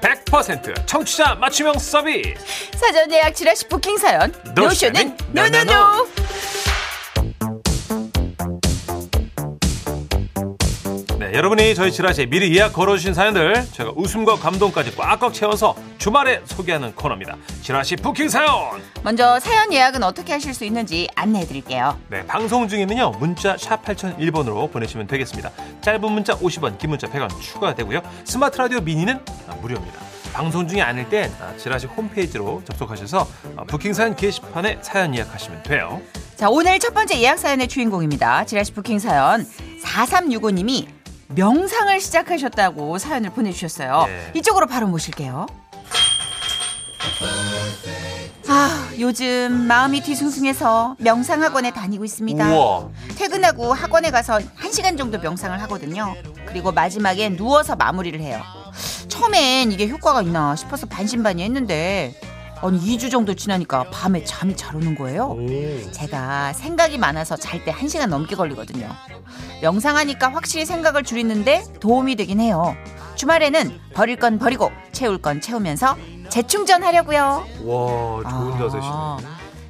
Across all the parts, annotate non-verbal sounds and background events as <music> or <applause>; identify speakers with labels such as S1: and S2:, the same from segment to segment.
S1: 100% 청취자 맞춤형 서비스
S2: 사전 예약 지라시 부킹 사연
S1: 노쇼는
S2: 노쇼는 노노노
S1: 노노노. 네, 여러분이 저희 지라시에 미리 예약 걸어주신 사연들 제가 웃음과 감동까지 꽉꽉 채워서 주말에 소개하는 코너입니다. 지라시 부킹 사연.
S2: 먼저 사연 예약은 어떻게 하실 수 있는지 안내해 드릴게요
S1: 네, 방송 중에는요 문자 샵 #8001번으로 보내시면 되겠습니다. 짧은 문자 50원, 긴 문자 100원 추가되고요. 스마트 라디오 미니는 아, 무료입니다. 방송 중이 아닐 땐 아, 지라시 홈페이지로 접속하셔서 아, 부킹 사연 게시판에 사연 예약하시면 돼요.
S2: 자 오늘 첫 번째 예약 사연의 주인공입니다 지라시 부킹 사연 4365님이 명상을 시작하셨다고 사연을 보내주셨어요
S1: 네.
S2: 이쪽으로 바로 모실게요 아 요즘 마음이 뒤숭숭해서 명상학원에 다니고 있습니다
S1: 우와,
S2: 퇴근하고 학원에 가서 한시간 정도 명상을 하거든요. 그리고 마지막에 누워서 마무리를 해요. 처음엔 이게 효과가 있나 싶어서 반신반의 했는데 아니 2주 정도 지나니까 밤에 잠이 잘 오는 거예요. 제가 생각이 많아서 잘 때 한시간 넘게 걸리거든요. 명상하니까 확실히 생각을 줄이는데 도움이 되긴 해요. 주말에는 버릴 건 버리고 채울 건 채우면서 재충전하려고요.
S1: 와 좋은 자세시네.
S2: 아,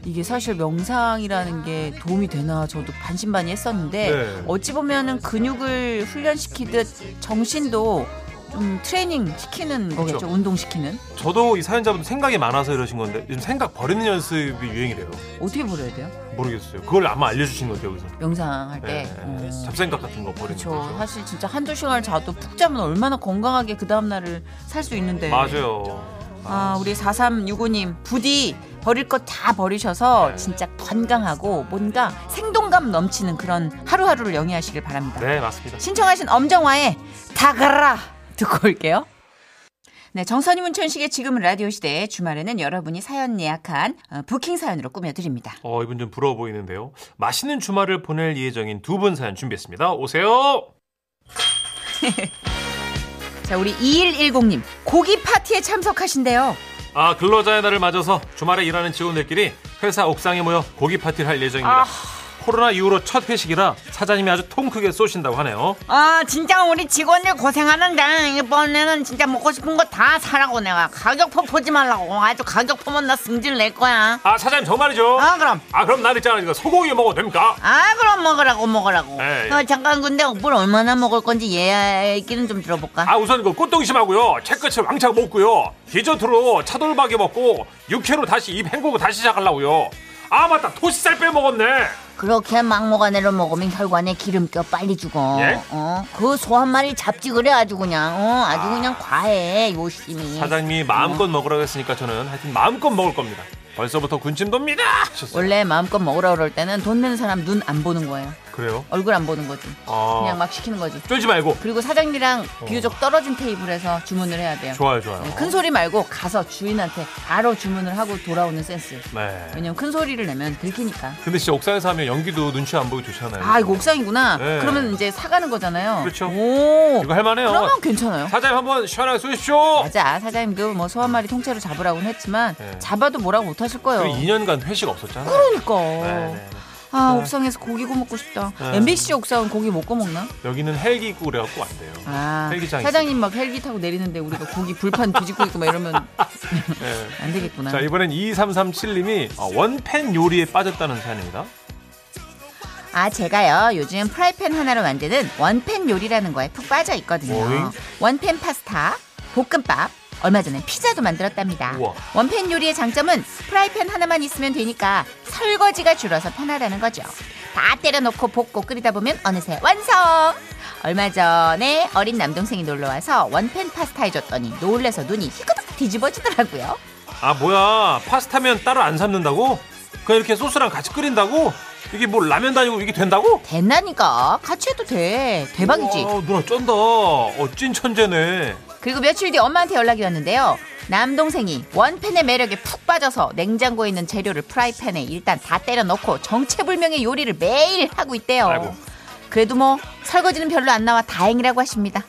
S2: 이게 사실 명상이라는 게 도움이 되나 저도 반신반의 했었는데
S1: 네.
S2: 어찌 보면은 근육을 훈련시키듯 정신도 좀 트레이닝 시키는 거겠죠
S1: 그렇죠.
S2: 운동 시키는
S1: 저도 이 사연자분 생각이 많아서 이러신 건데 요즘 생각 버리는 연습이 유행이래요.
S2: 어떻게 부려야 돼요?
S1: 모르겠어요. 그걸 아마 알려주신 것 같아요. 여기서.
S2: 명상할 때.
S1: 예,
S2: 어.
S1: 잡생각 같은 거 버리는
S2: 그렇죠.
S1: 거죠.
S2: 사실 진짜 한두 시간 자도 푹 자면 얼마나 건강하게 그 다음 날을 살 수 있는데.
S1: 맞아요.
S2: 아, 우리 4365님, 부디 버릴 것 다 버리셔서
S1: 네.
S2: 진짜 건강하고 뭔가 생동감 넘치는 그런 하루하루를 영위하시길 바랍니다.
S1: 네 맞습니다.
S2: 신청하신 엄정화의 다가라 듣고 올게요. 네, 정선이 문천식의 지금 은 라디오 시대에 주말에는 여러분이 사연 예약한 어, 부킹 사연으로 꾸며드립니다.
S1: 어, 이분 좀 부러워 보이는데요. 맛있는 주말을 보낼 예정인 두 분 사연 준비했습니다. 오세요!
S2: 자, 우리 2110님, 고기 파티에 참석하신대요.
S1: 아, 근로자의 날을 맞아서 주말에 일하는 직원들끼리 회사 옥상에 모여 고기 파티를 할 예정입니다.
S2: 아.
S1: 코로나 이후로 첫 회식이라 사장님이 아주 통 크게 쏘신다고 하네요.
S2: 아, 진짜 우리 직원들 고생하는데, 이번에는 진짜 먹고 싶은 거 다 사라고 내가 가격표 보지 말라고. 아주 가격표만 나 승질 낼 거야.
S1: 아, 사장님 정말이죠?
S2: 아, 그럼.
S1: 아, 그럼 난 있잖아. 이거 소고기 먹어도 됩니까?
S2: 아, 그럼 먹으라고, 먹으라고.
S1: 에이.
S2: 어, 잠깐, 근데 물 얼마나 먹을 건지 얘기는 좀 들어볼까?
S1: 아, 우선 그 꽃등심하고요. 채끝을 왕창 먹고요. 디저트로 차돌박이 먹고 육회로 다시 입 헹구고 다시 시작하려고요. 아, 맞다. 토시살 빼먹었네.
S2: 그렇게 막무가내로 먹으면 혈관에 기름겨 빨리 죽어.
S1: 예?
S2: 어, 그 소 한 마리 잡지 그래 아주 그냥. 어, 아주 그냥 과해 어. 요심이.
S1: 사장님이 마음껏 먹으라고 했으니까 저는 하여튼 마음껏 먹을 겁니다. 벌써부터 군침 돕니다. 하셨어요.
S2: 원래 마음껏 먹으라 그럴 때는 돈 내는 사람 눈 안 보는 거예요.
S1: 그래요?
S2: 얼굴 안 보는 거지.
S1: 아.
S2: 그냥 막 시키는 거지.
S1: 쫄지 말고.
S2: 그리고 사장님이랑 비교적 떨어진 테이블에서 주문을 해야 돼요. 어,
S1: 좋아요, 좋아요.
S2: 큰 소리 말고 가서 주인한테 바로 주문을 하고 돌아오는 센스.
S1: 네.
S2: 왜냐면 큰 소리를 내면 들키니까.
S1: 근데 진짜 옥상에서 하면 연기도 눈치 안 보기 좋잖아요.
S2: 아, 이거 옥상이구나.
S1: 네.
S2: 그러면 이제 사가는 거잖아요.
S1: 그렇죠.
S2: 오.
S1: 이거 할만해요.
S2: 그러면 괜찮아요.
S1: 사장님 한번 시원하게 쏘십시오.
S2: <laughs> 맞아 사장님도 뭐 소 한 마리 통째로 잡으라고는 했지만
S1: 네.
S2: 잡아도 뭐라고 못하실 거예요.
S1: 그리고 2년간 회식 없었잖아요.
S2: 그러니까
S1: 네, 네, 네.
S2: 아 옥상에서 고기 구워 먹고 싶다.
S1: 네.
S2: MBC 옥상은 고기 못 구워 먹나?
S1: 여기는 헬기 있고 그래갖고 안 돼요.
S2: 아
S1: 헬기장
S2: 사장님 막 헬기 타고 내리는데 우리가 고기 불판 뒤집고 있고
S1: <laughs>
S2: 막 이러면
S1: 네.
S2: 안 되겠구나.
S1: 자, 이번엔 2337님이 아, 원팬 요리에 빠졌다는 사연입니다.
S2: 아 제가요 요즘 프라이팬 하나로 만드는 원팬 요리라는 거에 푹 빠져 있거든요.
S1: 오잉?
S2: 원팬 파스타, 볶음밥. 얼마 전에 피자도 만들었답니다.
S1: 우와.
S2: 원팬 요리의 장점은 프라이팬 하나만 있으면 되니까 설거지가 줄어서 편하다는 거죠. 다 때려놓고 볶고 끓이다 보면 어느새 완성. 얼마 전에 어린 남동생이 놀러 와서 원팬 파스타 해줬더니 놀래서 눈이 희그덕 뒤집어지더라고요.
S1: 아, 뭐야. 파스타면 따로 안 삶는다고? 그냥 이렇게 소스랑 같이 끓인다고? 이게 뭐 라면 다니고 이게 된다고?
S2: 된다니까 같이 해도 돼 대박이지.
S1: 와, 누나 쩐다. 어, 찐 천재네.
S2: 그리고 며칠 뒤 엄마한테 연락이 왔는데요. 남동생이 원팬의 매력에 푹 빠져서 냉장고에 있는 재료를 프라이팬에 일단 다 때려넣고 정체불명의 요리를 매일 하고 있대요.
S1: 아이고.
S2: 그래도 뭐 설거지는 별로 안 나와 <laughs> 다행이라고 아, 하십니다.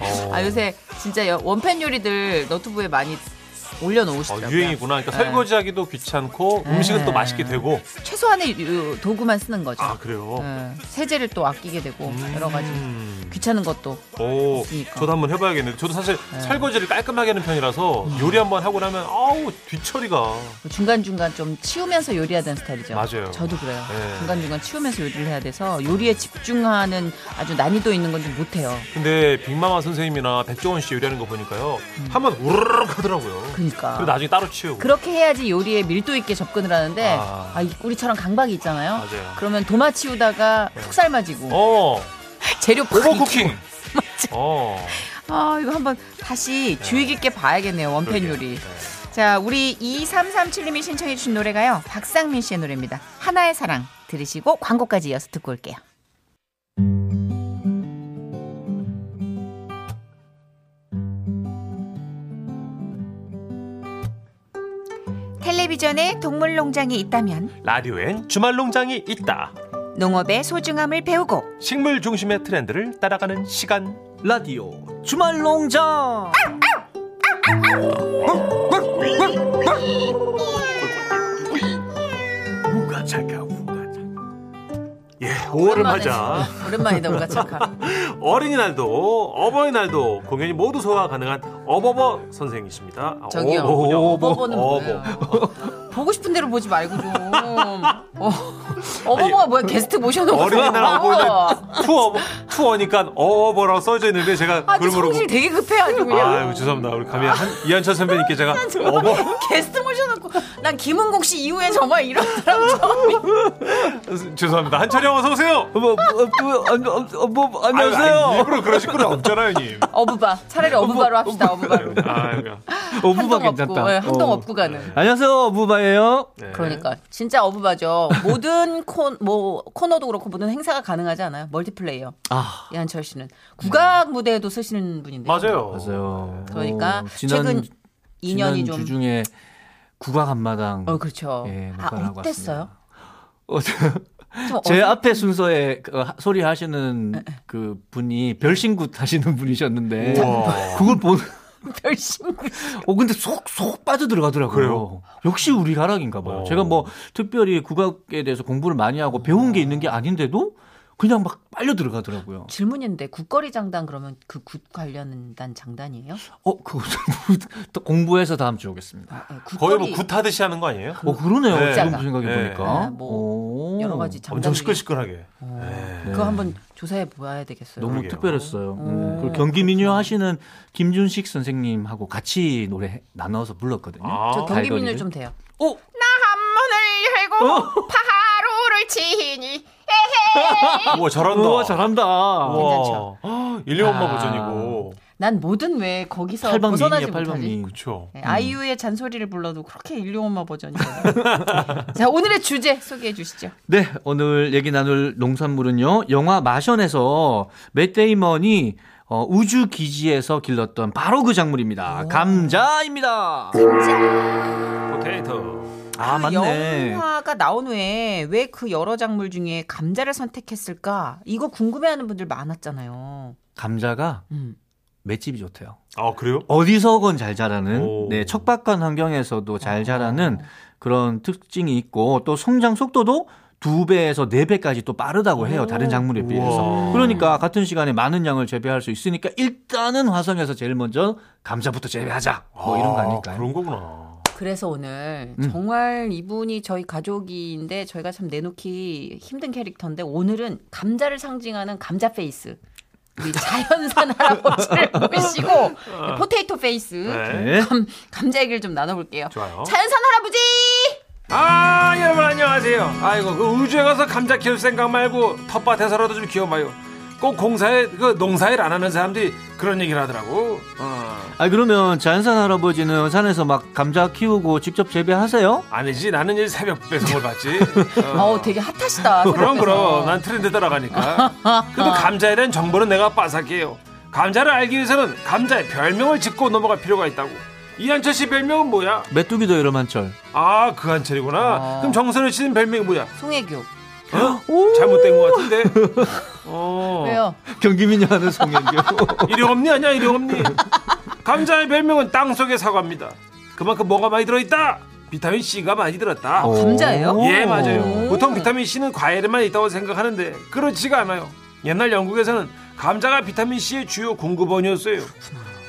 S1: 어.
S2: 아 요새 진짜 여- 원팬 요리들 너튜브에 많이
S1: 어,
S2: 올려놓으시더라고요.
S1: 유행이구나. 그러니까
S2: 네.
S1: 설거지하기도 귀찮고 음식은 또 맛있게 되고.
S2: 최소한의 유- 도구만 쓰는 거죠.
S1: 아 그래요.
S2: 네, 세제를 또 아끼게 되고
S1: 음.
S2: 네. 여러 가지 그러니까. 귀찮은 것도
S1: 오,
S2: 있으니까. 네.
S1: 저도 한번 해봐야겠는데 저도 사실 설거지를 깔끔하게 하는 편이라서
S2: 음.
S1: 요리 한번 하고 나면 아우 뒤처리가
S2: 뭐 중간 중간 좀 치우면서 요리해야 되는 스타일이죠.
S1: 맞아요.
S2: 저도 그래요.
S1: 네.
S2: 중간 중간 치우면서 요리를 해야 돼서 요리에 집중하는 아주 난이도 있는 건 좀 못해요.
S1: 근데 빅마마 선생님이나 백종원 씨 요리하는 거 보니까요 한번 우르르륵 하더라고요
S2: 그러니까.
S1: 그리고 나중에 따로 치우고
S2: 그렇게 해야지 요리에 밀도 있게 접근을 하는데
S1: 아.
S2: 아, 이 우리처럼 강박이 있잖아요.
S1: 맞아요. 네.
S2: 그러면 도마 치우다가 푹 삶아지고
S1: 어
S2: 재료 팍
S1: 오버쿠킹 어
S2: 아 이거 한번 다시 주의 깊게 봐야겠네요 원팬
S1: 그러게요.
S2: 요리.
S1: 네.
S2: 자 우리 2337님이 신청해 주신 노래가요 박상민 씨의 노래입니다. 하나의 사랑 들으시고 광고까지 이어서 듣고 올게요. 텔레비전에 동물농장이 있다면
S1: 라디오엔 주말 농장이 있다
S2: 농업의 소중함을 배우고
S1: 식물 중심의 트렌드를 따라가는 시간
S3: 라디오 주말
S2: 아,
S3: 농장.
S1: 우가 차가 우가 예 5월을 맞아
S2: 오랜만이다 우가 착하.
S1: 어린이날도 어버이날도 공연이 모두 소화 가능한 어버버 선생이십니다. 아,
S2: 저기요.
S1: 어버군요.
S2: 어버버는 뭐예요? 보고 싶은 대로 보지 말고 좀. 어, 어버버가 뭐야? 게스트 모셔놓고.
S1: 어린이날
S2: 아,
S1: 어버이날 투어버 투어니까 어버버라고 써져 있는데 제가
S2: 아,
S1: 그걸 모르고
S2: 성질 되게 급해 아주 그냥.
S1: 아유 죄송합니다 우리 감히 한, 이한철 선배님께 제가
S2: 아,
S1: 어버
S2: 게스트 모셔놓고 난 김은국 씨 이후에 정말 이런 사람 처음.
S1: 죄송합니다 한철이 형 어서 오세요.
S3: 뭐, 뭐, 뭐, 어, 뭐, 뭐,
S1: 아유, 아니,
S3: 안녕하세요.
S1: 일부러 그러실 건 없잖아요 님.
S2: 어부바. 차라리 어부바로 합시다. 어부바로.
S1: 아유,
S3: 어부바
S2: 한동 없고, 예, 한동
S3: 어.
S2: 없고 가는.
S3: 안녕하세요, 어부바예요.
S1: 네.
S2: 그러니까 진짜 어부바죠. 모든 코뭐 코너도 그렇고 모든 행사가 가능하지 않아요. 멀티플레이어.
S3: 아,
S2: 이한철 씨는 국악 무대에도 쓰시는 분인데.
S1: 맞아요.
S3: 맞아요.
S2: 그러니까
S3: 어, 지난,
S2: 최근 2년이
S3: 지난
S2: 좀.
S3: 주 중에 국악 한마당.
S2: 어 그렇죠.
S3: 예,
S2: 아
S3: 녹화를
S2: 어땠어요?
S3: 하고 왔습니다. 어,
S2: 좀
S3: 제
S2: 어색- 네,
S3: 앞에 순서에 그 하- 소리 하시는 그 분이 별신굿 하시는 분이셨는데
S1: 우와.
S3: 그걸 보는
S2: 별신구
S3: 어 근데 쏙 쏙 빠져 들어가더라고요.
S1: 그래요?
S3: 역시 우리 가락인가 봐요.
S1: 어.
S3: 제가 뭐 특별히 국악에 대해서 공부를 많이 하고 배운 게 있는 게 아닌데도 그냥 막 빨려 들어가더라고요.
S2: 질문인데 국거리 장단 그러면 그 굿 관련단 장단이에요?
S3: 어 그거 <laughs> 또 공부해서 다음 주에 오겠습니다.
S2: 네, 굿거리
S1: 거의 뭐 굿하듯이 하는 거 아니에요?
S3: 어 그러네요.
S1: 네.
S3: 지금 생각해
S1: 네.
S3: 보니까
S2: 아, 뭐
S3: 오.
S2: 여러 가지 장단
S1: 엄청 시끌시끌하게.
S2: 어.
S1: 네.
S2: 그거 한번 조사해 보아야 되겠어요.
S3: 네. 너무
S1: 그러게요.
S3: 특별했어요. 음,
S2: 오.
S3: 그리고 경기 민요 하시는 김준식 선생님하고 같이 노래 나눠서 불렀거든요.
S1: 아.
S2: 저 경기
S3: 갈거리를. 어?
S2: 민요 좀 돼요.
S3: 오,
S4: 문을 열고
S3: 어?
S4: 파하루를 치니
S1: 우와 잘한다.
S3: 우와 잘한다.
S1: 우와.
S2: 괜찮죠?
S1: 일리 엄마
S3: 아.
S1: 버전이고.
S2: 난 뭐든 왜 거기서
S3: 팔방미인 음.
S2: 벗어나지
S3: 이요
S2: 못하지.
S3: 팔방미.
S1: 그렇죠.
S2: 네, 아이유의 잔소리를 불러도 그렇게 일용엄마 버전이잖아요. 네. 자 오늘의 주제 소개해 주시죠.
S3: 네, 오늘 얘기 나눌 농산물은요. 영화 마션에서 맷데이먼이 어, 우주 기지에서 길렀던 바로 그 작물입니다. 감자입니다.
S1: 어, 포테이토.
S3: 아,
S2: 그
S3: 맞네.
S2: 영화가 나온 후에 왜 그 여러 작물 중에 감자를 선택했을까? 이거 궁금해하는 분들 많았잖아요.
S3: 감자가
S2: 음.
S3: 맷집이 좋대요.
S1: 아 그래요?
S3: 어디서건 잘 자라는
S1: 오. 아.
S3: 네, 척박한 환경에서도 잘 자라는 그런 특징이 있고 또 성장 속도도 두 배에서 네 배까지 또 빠르다고 해요. 다른 작물에 비해서.
S1: 우와.
S3: 그러니까 같은 시간에 많은 양을 재배할 수 있으니까 일단은 화성에서 제일 먼저 감자부터 재배하자. 뭐 이런 거
S1: 아,
S3: 아닐까요?
S1: 그런 거구나.
S2: 그래서 오늘
S3: 음.
S2: 정말 이분이 저희 가족인데 저희가 참 내놓기 힘든 캐릭터인데 오늘은 감자를 상징하는 감자 페이스.
S1: <laughs>
S2: 우리 자연산 할아버지를 모시고 포테이토 페이스
S1: 어. 네.
S3: 네.
S2: 감, 감자 얘기를 좀 나눠볼게요.
S1: 좋아요.
S2: 자연산 할아버지!
S5: 아 여러분 안녕하세요 아이고 그 우주에 가서 감자 키울 생각 말고 텃밭에서라도 좀 키워봐요 꼭 공사에 그 농사일 안 하는 사람들이 그런 얘기를 하더라고 어.
S3: 아 그러면 자연산 할아버지는 산에서 막 감자 키우고 직접 재배하세요?
S5: 아니지 나는 이제 새벽 배송을 받지
S2: 어, 되게 핫하시다.
S5: 그럼
S2: 새벽에서.
S5: 그럼 난 트렌드 따라가니까 그래도 감자에 대한 정보는 내가 빠삭해요 감자를 알기 위해서는 감자의 별명을 짚고 넘어갈 필요가 있다고 이한철 씨 별명은 뭐야?
S3: 메뚜기도 여름한철 <laughs>
S5: 아 그 한철이구나
S2: 아.
S5: 그럼 정선우 씨는 별명이 뭐야?
S2: 송혜교.
S5: 잘못된 것 같은데 어.
S2: 왜요?
S3: 경기민요 <laughs> 하는 송혜교
S5: 일용업니 아니야 일용업니 감자의 별명은 땅속의 사과입니다
S1: 그만큼 뭐가 많이 들어있다. 비타민 C가 많이 들었다.
S2: 감자예요?
S1: 예, 맞아요. 보통 비타민 C는 과일에만 있다고 생각하는데 그렇지가 않아요. 옛날 영국에서는 감자가 비타민 C의 주요 공급원이었어요.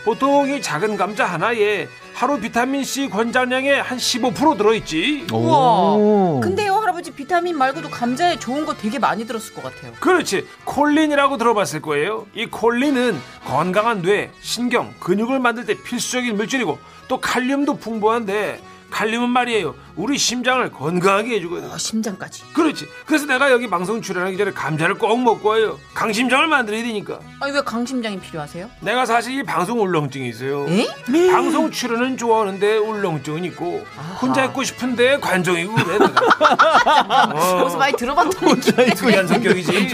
S1: 보통 이 작은 감자 하나에 하루 비타민 C 권장량의 한 15% 들어있지.
S2: 우와. 근데요 할아버지 비타민 말고도 감자에 좋은 거 되게 많이 들었을 것 같아요.
S1: 그렇지. 콜린이라고 들어봤을 거예요. 이 콜린은 건강한 뇌, 신경, 근육을 만들 때 필수적인 물질이고 또 칼륨도 풍부한데 칼륨은 말이에요. 우리 심장을 건강하게 해주거든.
S2: 어, 심장까지.
S1: 그렇지. 그래서 내가 여기 방송 출연하기 전에 감자를 꼭 먹고 와요. 강심장을 만들어야 되니까.
S2: 아니 왜 강심장이 필요하세요?
S1: 내가 사실 이 방송 울렁증이 있어요.
S2: 에?
S1: 방송 출연은 좋아하는데 울렁증은 있고 혼자 있고 싶은데 관종이고 그래 내가.
S2: 거기서 아, 많이 들어봤던 얘기.
S1: 특이한 성격이지.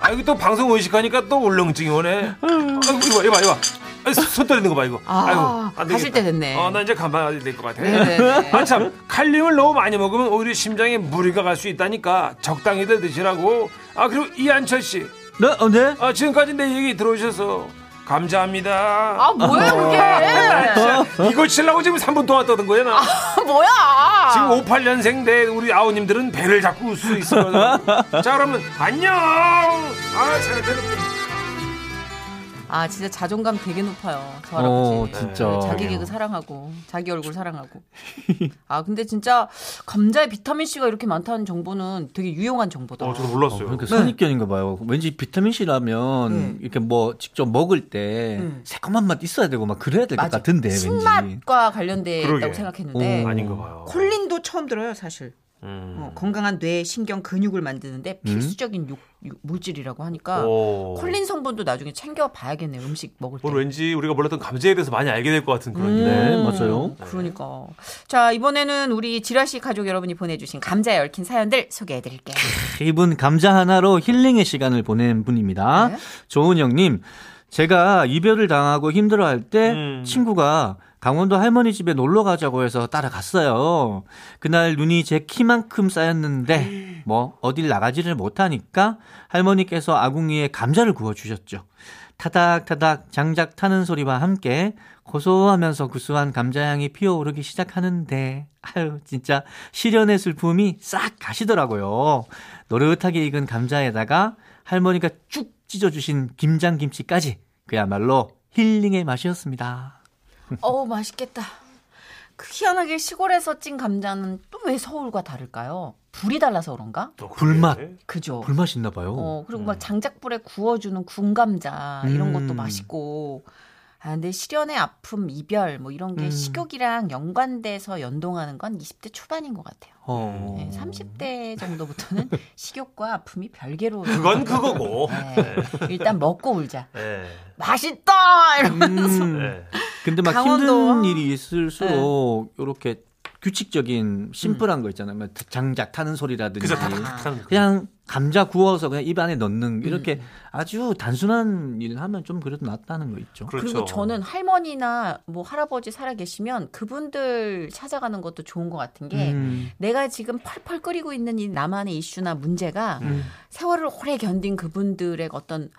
S1: 아 이거 또 방송 의식하니까 또 울렁증이 오네. 아이고 이거 봐 이거 봐 이거 봐. 아, 손 떨리는 거 봐 이거.
S2: 아,
S1: 안
S2: 가실
S1: 되겠다.
S2: 때 됐네.
S1: 어, 나 이제 가봐야 될 것 같아.
S2: 네네네.
S1: 아 참, 칼륨을 너무 많이 먹으면 오히려 심장에 무리가 갈 수 있다니까 적당히들 드시라고. 아 그리고 이한철 씨,
S3: 네, 어, 네.
S1: 아 지금까지 내 얘기 들어주셔서 감사합니다.
S6: 아 뭐야
S1: 아,
S6: 그게?
S1: 진짜 이거 치려고 지금 3분 동안 떠든 거야 나.
S2: 아,
S6: 뭐야?
S7: 아.
S1: 지금 58년생 대 우리 아우님들은 배를 잡고 울 수 있어요.
S7: <laughs>
S1: 자 그러면 안녕. 아 잘 들었네.
S2: 아 진짜 자존감 되게 높아요. 저
S3: 어,
S2: 할아버지. 네.
S3: 진짜.
S2: 자기 개그 사랑하고 자기 얼굴 사랑하고. 아 근데 진짜 감자에 비타민 C가 이렇게 많다는 정보는 되게 유용한 정보다.
S7: 어, 저도 몰랐어요.
S2: 네.
S3: 그러니까 선입견인가 봐요. 왠지 비타민 C라면 이렇게 뭐 직접 먹을 때 새콤한 맛 있어야 되고 막 그래야 될 것
S2: 네. 맞아.
S3: 같은데 네, 왠지.
S2: 신맛과 관련돼 있다고
S7: 그러게.
S2: 생각했는데
S3: 어.
S7: 아닌가 봐요. 음.
S2: 콜린도 처음 들어요 사실. 어, 건강한 뇌, 신경, 근육을 만드는데 필수적인 육- 육- 물질이라고 하니까
S1: 어.
S7: 오.
S2: 아, 콜린 성분도 나중에 챙겨 봐야겠네요 음식 먹을 때.
S7: 오늘 왠지 우리가 몰랐던 감자에 대해서 많이 알게 될 것 같은 그런
S2: 음.
S7: 기대.
S3: 네, 맞아요.
S2: 그러니까. 자, 이번에는 우리 지라씨 가족 여러분이 보내주신 감자에 얽힌 사연들
S3: <laughs>
S2: 소개해드릴게요.
S3: 이분 감자 하나로 힐링의 시간을 보낸 분입니다.
S2: 네.
S3: 조은영님, 제가 이별을 당하고 힘들어할 때
S7: 음.
S3: 친구가 강원도 할머니 집에 놀러 가자고 해서 따라갔어요. 그날 눈이 제 키만큼
S2: 음.
S3: 쌓였는데 뭐 어딜 나가지를 못하니까 할머니께서 아궁이에 감자를 구워 주셨죠. 타닥타닥 장작 타는 소리와 함께 고소하면서 구수한 감자향이 피어오르기 시작하는데 아유 진짜 시련의 슬픔이 싹 가시더라고요. 노릇하게 익은 감자에다가 할머니가 쭉 찢어주신 김장김치까지 그야말로 힐링의 맛이었습니다.
S2: 어우, 맛있겠다. 그 희한하게 시골에서 찐 감자는 또 왜 서울과 다를까요? 불이 달라서 그런가?
S3: 불맛
S2: 그죠?
S3: 불맛 있나 봐요.
S2: 어, 그리고 막 장작불에 구워주는 군감자 이런 것도
S3: 음.
S2: 맛있고. 아, 근데 시련의 아픔, 이별 뭐 이런 게
S3: 음.
S2: 식욕이랑 연관돼서 연동하는 건 20대 초반인 것 같아요.
S3: 어.
S2: 네, 30대 정도부터는
S3: <laughs>
S2: 식욕과 아픔이 별개로
S7: 그건 그거고.
S2: 네, 일단 먹고 울자.
S7: 네.
S2: 맛있다. 이러면
S3: 음.
S7: 네.
S3: 근데 막
S2: 강원도.
S3: 힘든 일이 있을수록 이렇게 규칙적인 심플한 거 있잖아요. 막 장작 타는 소리라든지
S7: 그저 탁탁탁.
S3: 음. 그냥 감자 구워서 그냥 입 안에 넣는 이렇게 아주 단순한 일을 하면 좀 그래도 낫다는 거 있죠.
S7: 그렇죠.
S2: 그리고 저는 할머니나 뭐 할아버지 살아 계시면 그분들 찾아가는 것도 좋은 것 같은 게
S3: 음.
S2: 내가 지금 펄펄 끓이고 있는 이 나만의 이슈나 문제가
S7: 음.
S3: 음.
S2: 세월을 오래 견딘 그분들의 어떤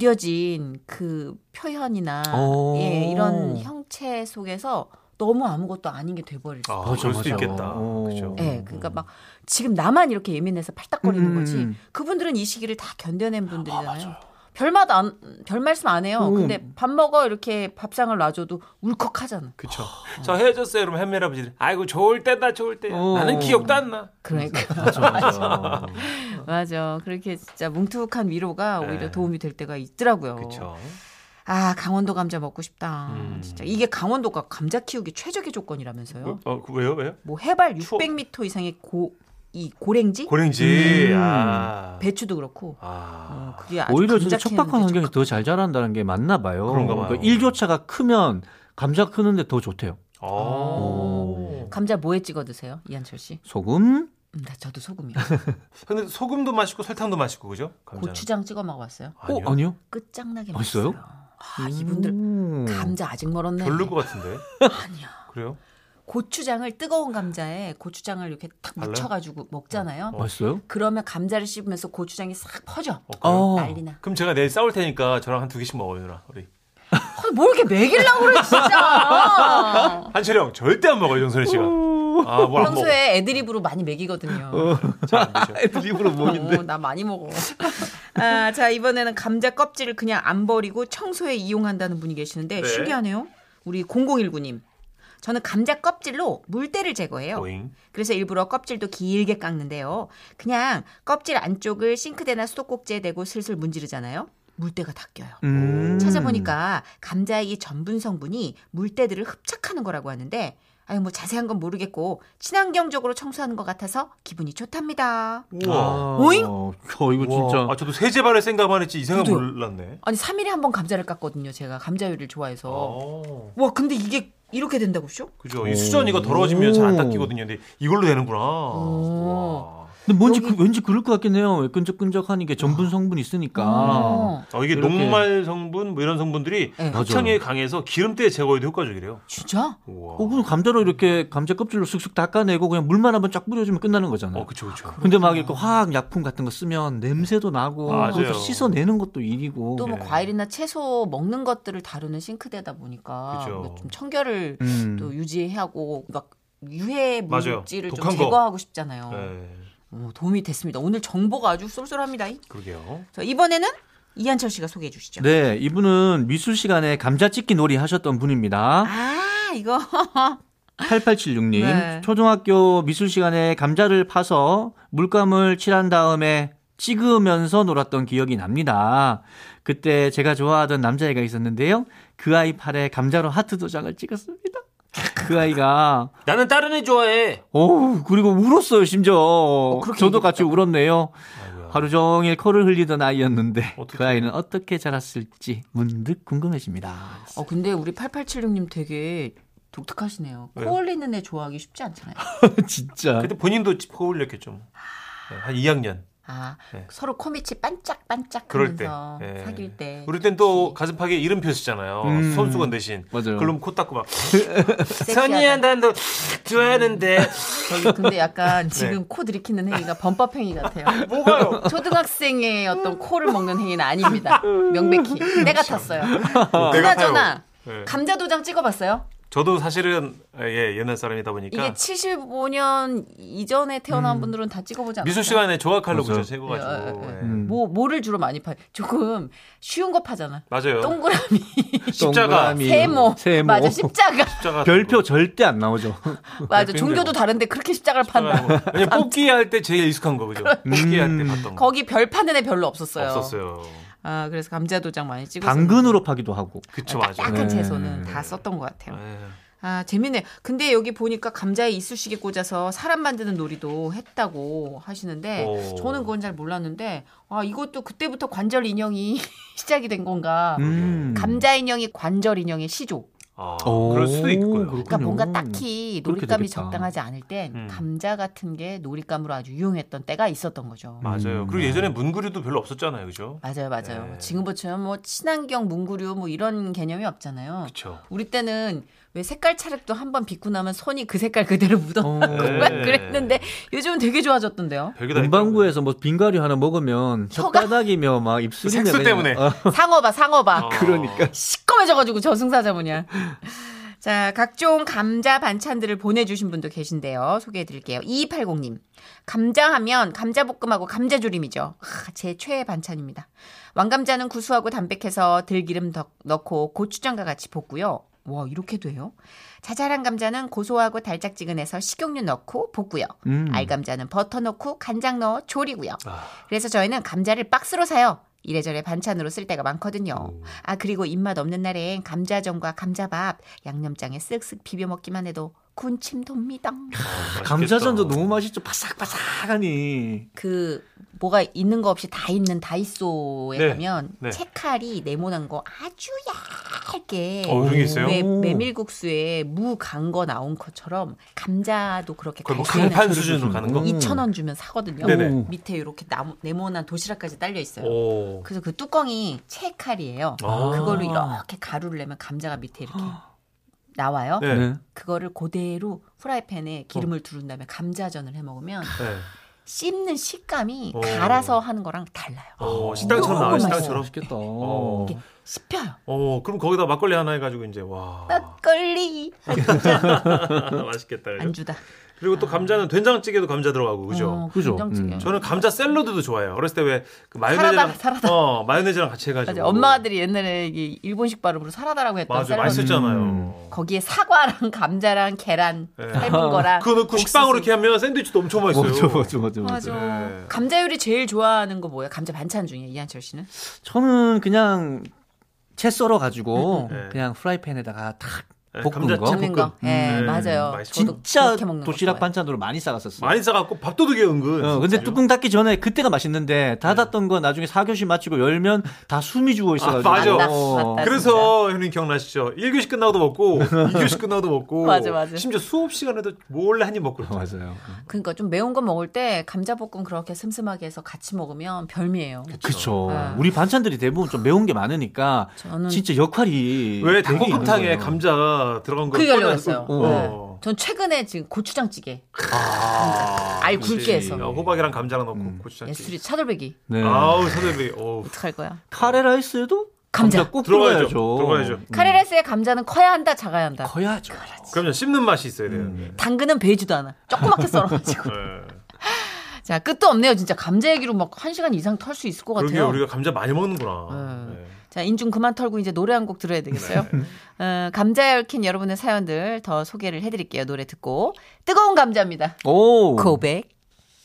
S2: 무뎌진 그 표현이나
S7: 어.
S3: 오.
S2: 예,
S3: 어.
S2: 이런 형체 속에서 너무 아무것도 아닌 게 돼버릴 수
S7: 아,
S3: 맞아,
S7: 그럴 수도
S3: 맞아.
S7: 있겠다.
S3: 어.
S7: 그죠.
S2: 예, 그러니까 막 지금 나만 이렇게 예민해서 팔딱거리는
S3: 음.
S2: 거지. 그분들은 이 시기를 다 견뎌낸 분들이잖아요. 별맛 안, 별 말씀 안 해요.
S3: 음.
S2: 근데 밥 먹어 이렇게 밥상을 놔줘도 울컥하잖아.
S7: 그쵸. 저 헤어졌어요. 그럼 할머니 아버지들.
S1: 아이고 좋을 때다 좋을 때.
S3: 어.
S1: 나는 기억도 안 나.
S2: 그러니까
S3: 맞아, 맞아.
S2: <laughs> 맞아. 그렇게 진짜 뭉툭한 위로가 오히려
S7: 네.
S2: 도움이 될 때가
S3: 어.
S2: 있더라고요.
S7: 그쵸.
S2: 아 강원도 감자 먹고 싶다.
S7: 음.
S2: 진짜 이게 강원도가 감자 키우기 최적의 조건이라면서요.
S7: 어, 그 왜요?
S3: 음.
S7: 왜요?
S2: 뭐 해발
S7: 추워.
S2: 600m 이상의 고 이 고랭지,
S7: 고랭지.
S3: 음.
S7: 아.
S2: 배추도 그렇고
S7: 아.
S2: 어, 그게 아주
S3: 오히려
S2: 감자
S3: 진짜 척박한
S2: 키우는데
S3: 환경이 더 잘 자란다는 게 맞나 봐요.
S7: 그런가 봐요.
S3: 그러니까 일교차가 크면 감자 크는데 더 좋대요.
S7: 어.
S2: 감자 뭐에 찍어 드세요, 이한철 씨?
S3: 소금,
S2: 음, 나 저도 소금이요.
S7: 근데 소금도 맛있고 설탕도 맛있고 그죠? 감자는.
S2: 고추장 찍어 먹어봤어요.
S7: 아니요.
S3: 어 아니요?
S2: 끝장나게
S3: 맛있어요?
S2: 맛있어요. 아 이분들
S3: 음.
S2: 감자 아직 멀었네.
S7: 별로 것 같은데.
S2: 아니야.
S7: 그래요?
S2: 고추장을 뜨거운 감자에 고추장을 이렇게 탁
S7: 발라요?
S2: 묻혀가지고 먹잖아요.
S3: 맛있어요?
S2: 그러면 감자를 씹으면서 고추장이 싹 퍼져.
S7: 어, 그래요?
S3: 어.
S2: 난리나.
S7: 그럼 제가 내일 싸울 테니까 저랑 한 두 개씩 먹어요, 누나. 우리.
S8: 뭘 이렇게 먹이려고 그래 진짜.
S1: 한철형 절대 안 먹어요 정선희 씨가. <laughs> 아 뭘 안 어. 먹어.
S2: 평소에 애드립으로 많이 먹이거든요.
S1: 잘안 드셔.
S3: 입으로
S2: 어, 나 많이 먹어.
S8: <laughs> 아, 자 이번에는 감자 껍질을 그냥 안 버리고 청소에 이용한다는 분이 계시는데
S1: 네.
S8: 신기하네요. 우리 0019님. 저는 감자 껍질로 물때를
S2: 아,
S8: 제거해요.
S2: 어, 예.
S1: 오잉.
S8: 그래서 일부러 껍질도 길게 깎는데요. 그냥 껍질 안쪽을 싱크대나 수도꼭지에 대고 슬슬 문지르잖아요. 물때가 닦여요.
S3: 음.
S8: 찾아보니까 감자의 이 전분 성분이 물때들을 흡착하는 거라고 하는데 아유 뭐 자세한 건 모르겠고 친환경적으로 청소하는 것 같아서 기분이 좋답니다.
S1: 우와.
S3: 아,
S2: 오잉?
S3: 저 이거
S1: 우와.
S3: 진짜.
S1: 아 저도 세제 바를 생각만 했지 이 생각
S2: 저도요.
S1: 몰랐네.
S2: 아니 3일에 한 번 감자를 깎거든요. 제가 감자요리를 좋아해서.
S1: 어.
S8: 와 근데 이게 이렇게 된다고쇼?
S1: 그죠. 이 수전 이거 더러워지면 잘 안 닦이거든요. 근데 이걸로 되는구나.
S2: 오.
S1: 와.
S3: 근데 뭔지 그- 왠지 그럴 것 같긴 해요. 끈적끈적한 이게 전분 성분 이 있으니까.
S2: 어.
S1: 어, 이게
S3: 이렇게.
S1: 녹말 성분 뭐 이런 성분들이
S2: 네.
S1: 합성이 강해서 기름때 제거에도 효과적이래요.
S2: 진짜?
S1: 우와.
S3: 어, 그럼 감자로 이렇게 감자 껍질로 쓱쓱 닦아내고 그냥 물만 한번 쫙 뿌려주면 끝나는 거잖아요.
S1: 어, 그쵸, 그쵸.
S3: 근데 막 이렇게 화학 약품 같은 거 쓰면 냄새도 나고
S1: 맞아요.
S3: 그것도 씻어내는 것도 일이고.
S2: 또 뭐
S1: 예.
S2: 과일이나 채소 먹는 것들을 다루는 싱크대다 보니까
S1: 그죠.
S2: 뭔가 좀 청결을
S3: 음.
S2: 또 유지하고 막 유해
S1: 맞아요.
S2: 물질을 좀
S1: 독한 거.
S2: 제거하고 싶잖아요.
S1: 네,
S2: 어, 도움이 됐습니다. 오늘 정보가 아주 쏠쏠합니다.
S1: 그러게요.
S8: 자, 이번에는 이한철 씨가 소개해 주시죠.
S3: 네, 이분은 미술 시간에 감자 찢기 놀이 하셨던 분입니다.
S8: 아 이거
S3: 8876님.
S8: 네.
S3: 초등학교 미술 시간에 감자를 파서 물감을 칠한 다음에 찍으면서 놀았던 기억이 납니다. 그때 제가 좋아하던 남자애가 있었는데요. 그 아이 팔에 감자로 하트 도장을 찍었습니다. 그 아이가
S9: 나는 다른 애 좋아해.
S3: 오 그리고 울었어요 심지어 저도 같이 울었네요
S1: 아이고야.
S3: 하루 종일 코를 흘리던 아이였는데
S1: 어떡해.
S3: 그 아이는 어떻게 자랐을지 문득 궁금해집니다
S2: <laughs>
S1: <laughs>
S2: 어, 근데 우리 8876님 되게 독특하시네요.
S1: 왜요?
S2: 코올리는 애 좋아하기 쉽지 않잖아요.
S1: 어,
S3: 진짜
S1: 그때 본인도 집 어울렸겠죠. 좀. 네, 한 2학년.
S2: 아,
S1: 네.
S2: 서로 코밑이 반짝반짝
S1: 그럴 때.
S2: 하면서
S1: 예.
S2: 사귈 때.
S1: 우리 땐 또 가슴팍에 이름표 쓰잖아요.
S3: 음.
S1: 손수건 대신.
S3: 맞아요.
S1: 그럼 코 닦고
S2: <laughs>
S1: 막.
S2: 섹시하다.
S9: 선이야 난너 좋아하는데.
S2: 저기 <laughs> 근데 약간 지금 코 들이키는 행위가 범법행위
S1: <laughs>
S2: 같아요.
S9: 뭐가요?
S2: 초등학생의 어떤 코를 먹는 행위는 아닙니다. 명백히. 때 같았어요. 그나저나,
S1: 네.
S2: 감자 도장 찍어봤어요?
S1: 저도 사실은 예, 옛날 사람이다 보니까
S2: 이게 75년 이전에 태어난 분들은 다 찍어보지 않았어요?
S1: 미술 시간에 조각칼로 그죠
S3: 맞아요.
S1: 세고가지고.
S2: 예, 예, 예.
S1: 예.
S3: 음.
S2: 뭐, 뭐를 주로 많이 파? 조금 쉬운 거 파잖아.
S1: 맞아요.
S2: 동그라미,
S1: 십자가.
S2: <laughs>
S3: 동그라미,
S2: 세모,
S3: 세모.
S2: 맞아 십자가,
S1: 십자가.
S3: 별표 절대 안
S1: <laughs>
S3: 나오죠
S2: 맞아
S1: 별표
S2: 종교도 다른데 그렇게 십자가를 판다.
S1: 십자가고. 왜냐면 <laughs> 뽑기 할 때 제일 익숙한 거 그죠? 뽑기 할 때 봤던 거.
S2: 거기 별 파는 애 별로 없었어요.
S1: 없었어요.
S2: 아 그래서 감자 도장 많이 찍었어요.
S3: 당근으로 파기도 하고
S1: 그쵸 맞아요.
S2: 약한
S3: 네.
S2: 채소는 다 썼던 것 같아요.
S1: 예.
S2: 아 재밌네. 근데 여기 보니까 감자에 이쑤시개 꽂아서 사람 만드는 놀이도 했다고 하시는데
S1: 오.
S2: 네. 저는 그건 잘 몰랐는데 아 이것도 그때부터 관절 인형이 <laughs> 시작이 된 건가?
S3: 음.
S2: 감자 인형이 관절 인형의 시조.
S1: 아,
S3: 오,
S1: 그럴 수도 있고요.
S3: 그렇군요.
S2: 그러니까 뭔가 딱히
S3: 그렇게
S2: 놀잇감이
S3: 되겠다.
S2: 적당하지 않을 땐
S1: 음.
S2: 감자 같은 게 놀잇감으로 아주 유용했던 때가 있었던 거죠.
S1: 맞아요.
S3: 음.
S1: 그리고 예전에 문구류도 별로 없었잖아요, 그죠?
S2: 맞아요, 맞아요.
S1: 네.
S2: 지금부터는 뭐 친환경 문구류 뭐 이런 개념이 없잖아요.
S1: 그렇죠.
S2: 우리 때는 왜 색깔 차력도 한 번 빗고 나면 손이 그 색깔 <laughs> 그대로 묻어나고
S1: 네.
S2: 막 그랬는데 요즘은 되게 좋아졌던데요.
S1: 별게 다
S3: 문방구에서 뭐 빙가리 하나 먹으면 혓바닥이며 막 입술이며
S1: 색소
S3: 그냥-
S1: 때문에.
S3: 어,
S2: 상어봐, 상어봐.
S1: 있더라고요.
S3: 그러니까
S2: 시꺼매져가지고 저승사자 뭐냐. 자, 각종 감자 반찬들을 보내주신 분도 계신데요. 소개해드릴게요. 2280님. 감자 하면 감자볶음하고 감자조림이죠. 아, 제 최애 반찬입니다. 왕감자는 구수하고 담백해서 들기름 덕- 넣고 고추장과 같이 볶고요. 와, 이렇게 돼요? 자잘한 감자는 고소하고 달짝지근해서 식용유 넣고 볶고요.
S3: 음.
S2: 알감자는 버터 넣고 간장 넣어 조리고요.
S1: 아.
S2: 그래서 저희는 감자를 박스로 사요. 이래저래 반찬으로 쓸 때가 많거든요.
S1: 음.
S2: 아 그리고 입맛 없는 날엔 감자전과 감자밥, 양념장에 쓱쓱 비벼 먹기만 해도
S1: <laughs>
S2: 군침 돕니다.
S1: 아,
S3: 감자전도
S1: 맛있겠다.
S3: 너무 맛있죠 바삭바삭하니
S2: 그 뭐가 있는 거 없이 다 있는 다이소에
S1: 네,
S2: 가면
S1: 네.
S2: 채칼이 네모난 거 아주 얇게
S1: 어, 그런 게 있어요?
S2: 왜 메밀국수에 무 간 거 나온 것처럼 감자도 그렇게
S1: 거의 뭐
S2: 갈색이나
S1: 강판 수준으로 가는 거?
S3: 음.
S2: 2천 원 주면 사거든요.
S1: 네네.
S2: 밑에 이렇게 나무, 네모난 도시락까지 딸려 있어요.
S1: 오.
S2: 그래서 그 뚜껑이 채칼이에요.
S1: 아.
S2: 그걸로 이렇게 가루를 내면 감자가 밑에 이렇게 나와요.
S1: 네. 어.
S3: 네.
S2: 그거를 그대로 프라이팬에 기름을 두른 다음에 감자전을 해 먹으면
S1: 네.
S2: 씹는 식감이
S1: 오.
S2: 갈아서 하는 거랑 달라요.
S1: 어, 식당처럼 나와요,
S2: 너무
S1: 식당처럼.
S3: 맛있겠다.
S1: 어,
S2: 씹혀요.
S1: 어, 그럼 거기다 막걸리 하나 해가지고 이제
S2: <laughs>
S1: 와 <laughs>
S2: 막걸리
S1: 맛있겠다. 그죠?
S2: 안주다. 아.
S1: 그리고 또 감자는 된장찌개도 감자 들어가고 그죠.
S2: 어,
S3: 그죠?
S2: 된장찌개.
S3: 음.
S1: 저는 감자 샐러드도 좋아해요. 어렸을 때 왜 그 마요네즈랑
S2: 사라다, 사라다.
S1: 어 마요네즈랑 같이 해가지고
S2: 맞아. 엄마들이 옛날에 이게 일본식 발음으로 사라다라고 했던
S1: 맞아
S2: 샐러드.
S1: 맛있었잖아요.
S3: 음.
S2: 거기에 사과랑 감자랑 계란
S1: 예.
S2: 삶은 거랑
S1: 그거 넣고 식빵으로 이렇게
S2: 옥수수.
S1: 하면 샌드위치도 엄청 맛있어요.
S3: 맞아, 맞아, 맞아, 맞아.
S2: 맞아.
S1: 네.
S2: 감자 요리 제일 좋아하는 거 뭐예요? 감자 반찬 중에 이한철 씨는?
S3: 저는 그냥 채 썰어 가지고
S2: 네,
S1: 음, 음.
S3: 그냥 프라이팬에다가 탁
S1: 네,
S3: 볶은
S1: 감자칩.
S3: 거.
S2: 먹는 거.
S3: 볶음.
S2: 예,
S1: 음.
S2: 맞아요.
S1: 맛있어.
S2: 저도
S3: 진짜
S2: 그렇게 먹는 거
S3: 도시락
S2: 좋아해요.
S3: 반찬으로 많이 싸갔었어요.
S1: 많이 싸갖고 밥도둑이 은근.
S3: 어, 근데
S1: 그죠?
S3: 뚜껑 닫기 전에 그때가 맛있는데 닫았던 거 나중에 4교시 마치고 열면 다 숨이 죽어 있어가지고.
S1: 네. 아, 맞아.
S2: 맞다,
S3: 어.
S2: 맞다.
S1: 그래서 형님 기억나시죠? 1교시 끝나고도 먹고 2교시 끝나고도 먹고
S2: <laughs> 맞아, 맞아.
S1: 심지어 수업 시간에도 몰래 한 입 먹고
S3: 어,
S1: 그랬죠.
S3: 맞아요.
S2: 그러니까 좀 매운 거 먹을 때 감자볶음 그렇게 슴슴하게 해서 같이 먹으면 별미예요.
S3: 그쵸.
S2: 네.
S3: 우리 반찬들이 대부분 좀 매운 게 많으니까
S2: 저는
S3: 진짜 역할이.
S1: 왜
S3: 되게 있는
S1: 닭볶음탕에
S3: 거예요.
S1: 감자 들어간 거
S2: 그게
S1: 꺼내-
S2: 열렸어요. 네.
S1: 어.
S2: 전 최근에 지금 고추장찌개
S1: 아,
S2: 알 굵게 해서.
S1: 어, 호박이랑 감자랑 넣고
S3: 음.
S1: 고추장.
S2: 예술이 차돌배기
S3: 네.
S1: 아우 서대비. 어.
S2: 어떡할 거야?
S3: 카레 라이스에도
S2: 감자.
S3: 꼭
S1: 들어가야죠.
S3: 들어가야죠. 음.
S1: 들어가야죠.
S2: 카레라이스의 감자는 커야 한다, 작아야 한다.
S3: 커야죠.
S1: 그럼요 씹는 맛이 있어야 돼요.
S2: 당근은 베이지도 않아. 조그맣게
S1: <laughs>
S2: 썰어가지고.
S1: 네.
S2: 자, 끝도 없네요. 진짜 감자 얘기로 막 한 시간 이상 털 수 있을 것
S1: 그러게
S2: 같아요.
S1: 우리가 감자 많이 먹는구나. 네.
S2: 음. 자, 인중 그만 털고 이제 노래 한 곡 들어야 되겠어요. 어, 감자에 얽힌 여러분의 사연들 더 소개를 해드릴게요. 노래 듣고. 뜨거운 감자입니다.
S3: 오.
S2: 고백.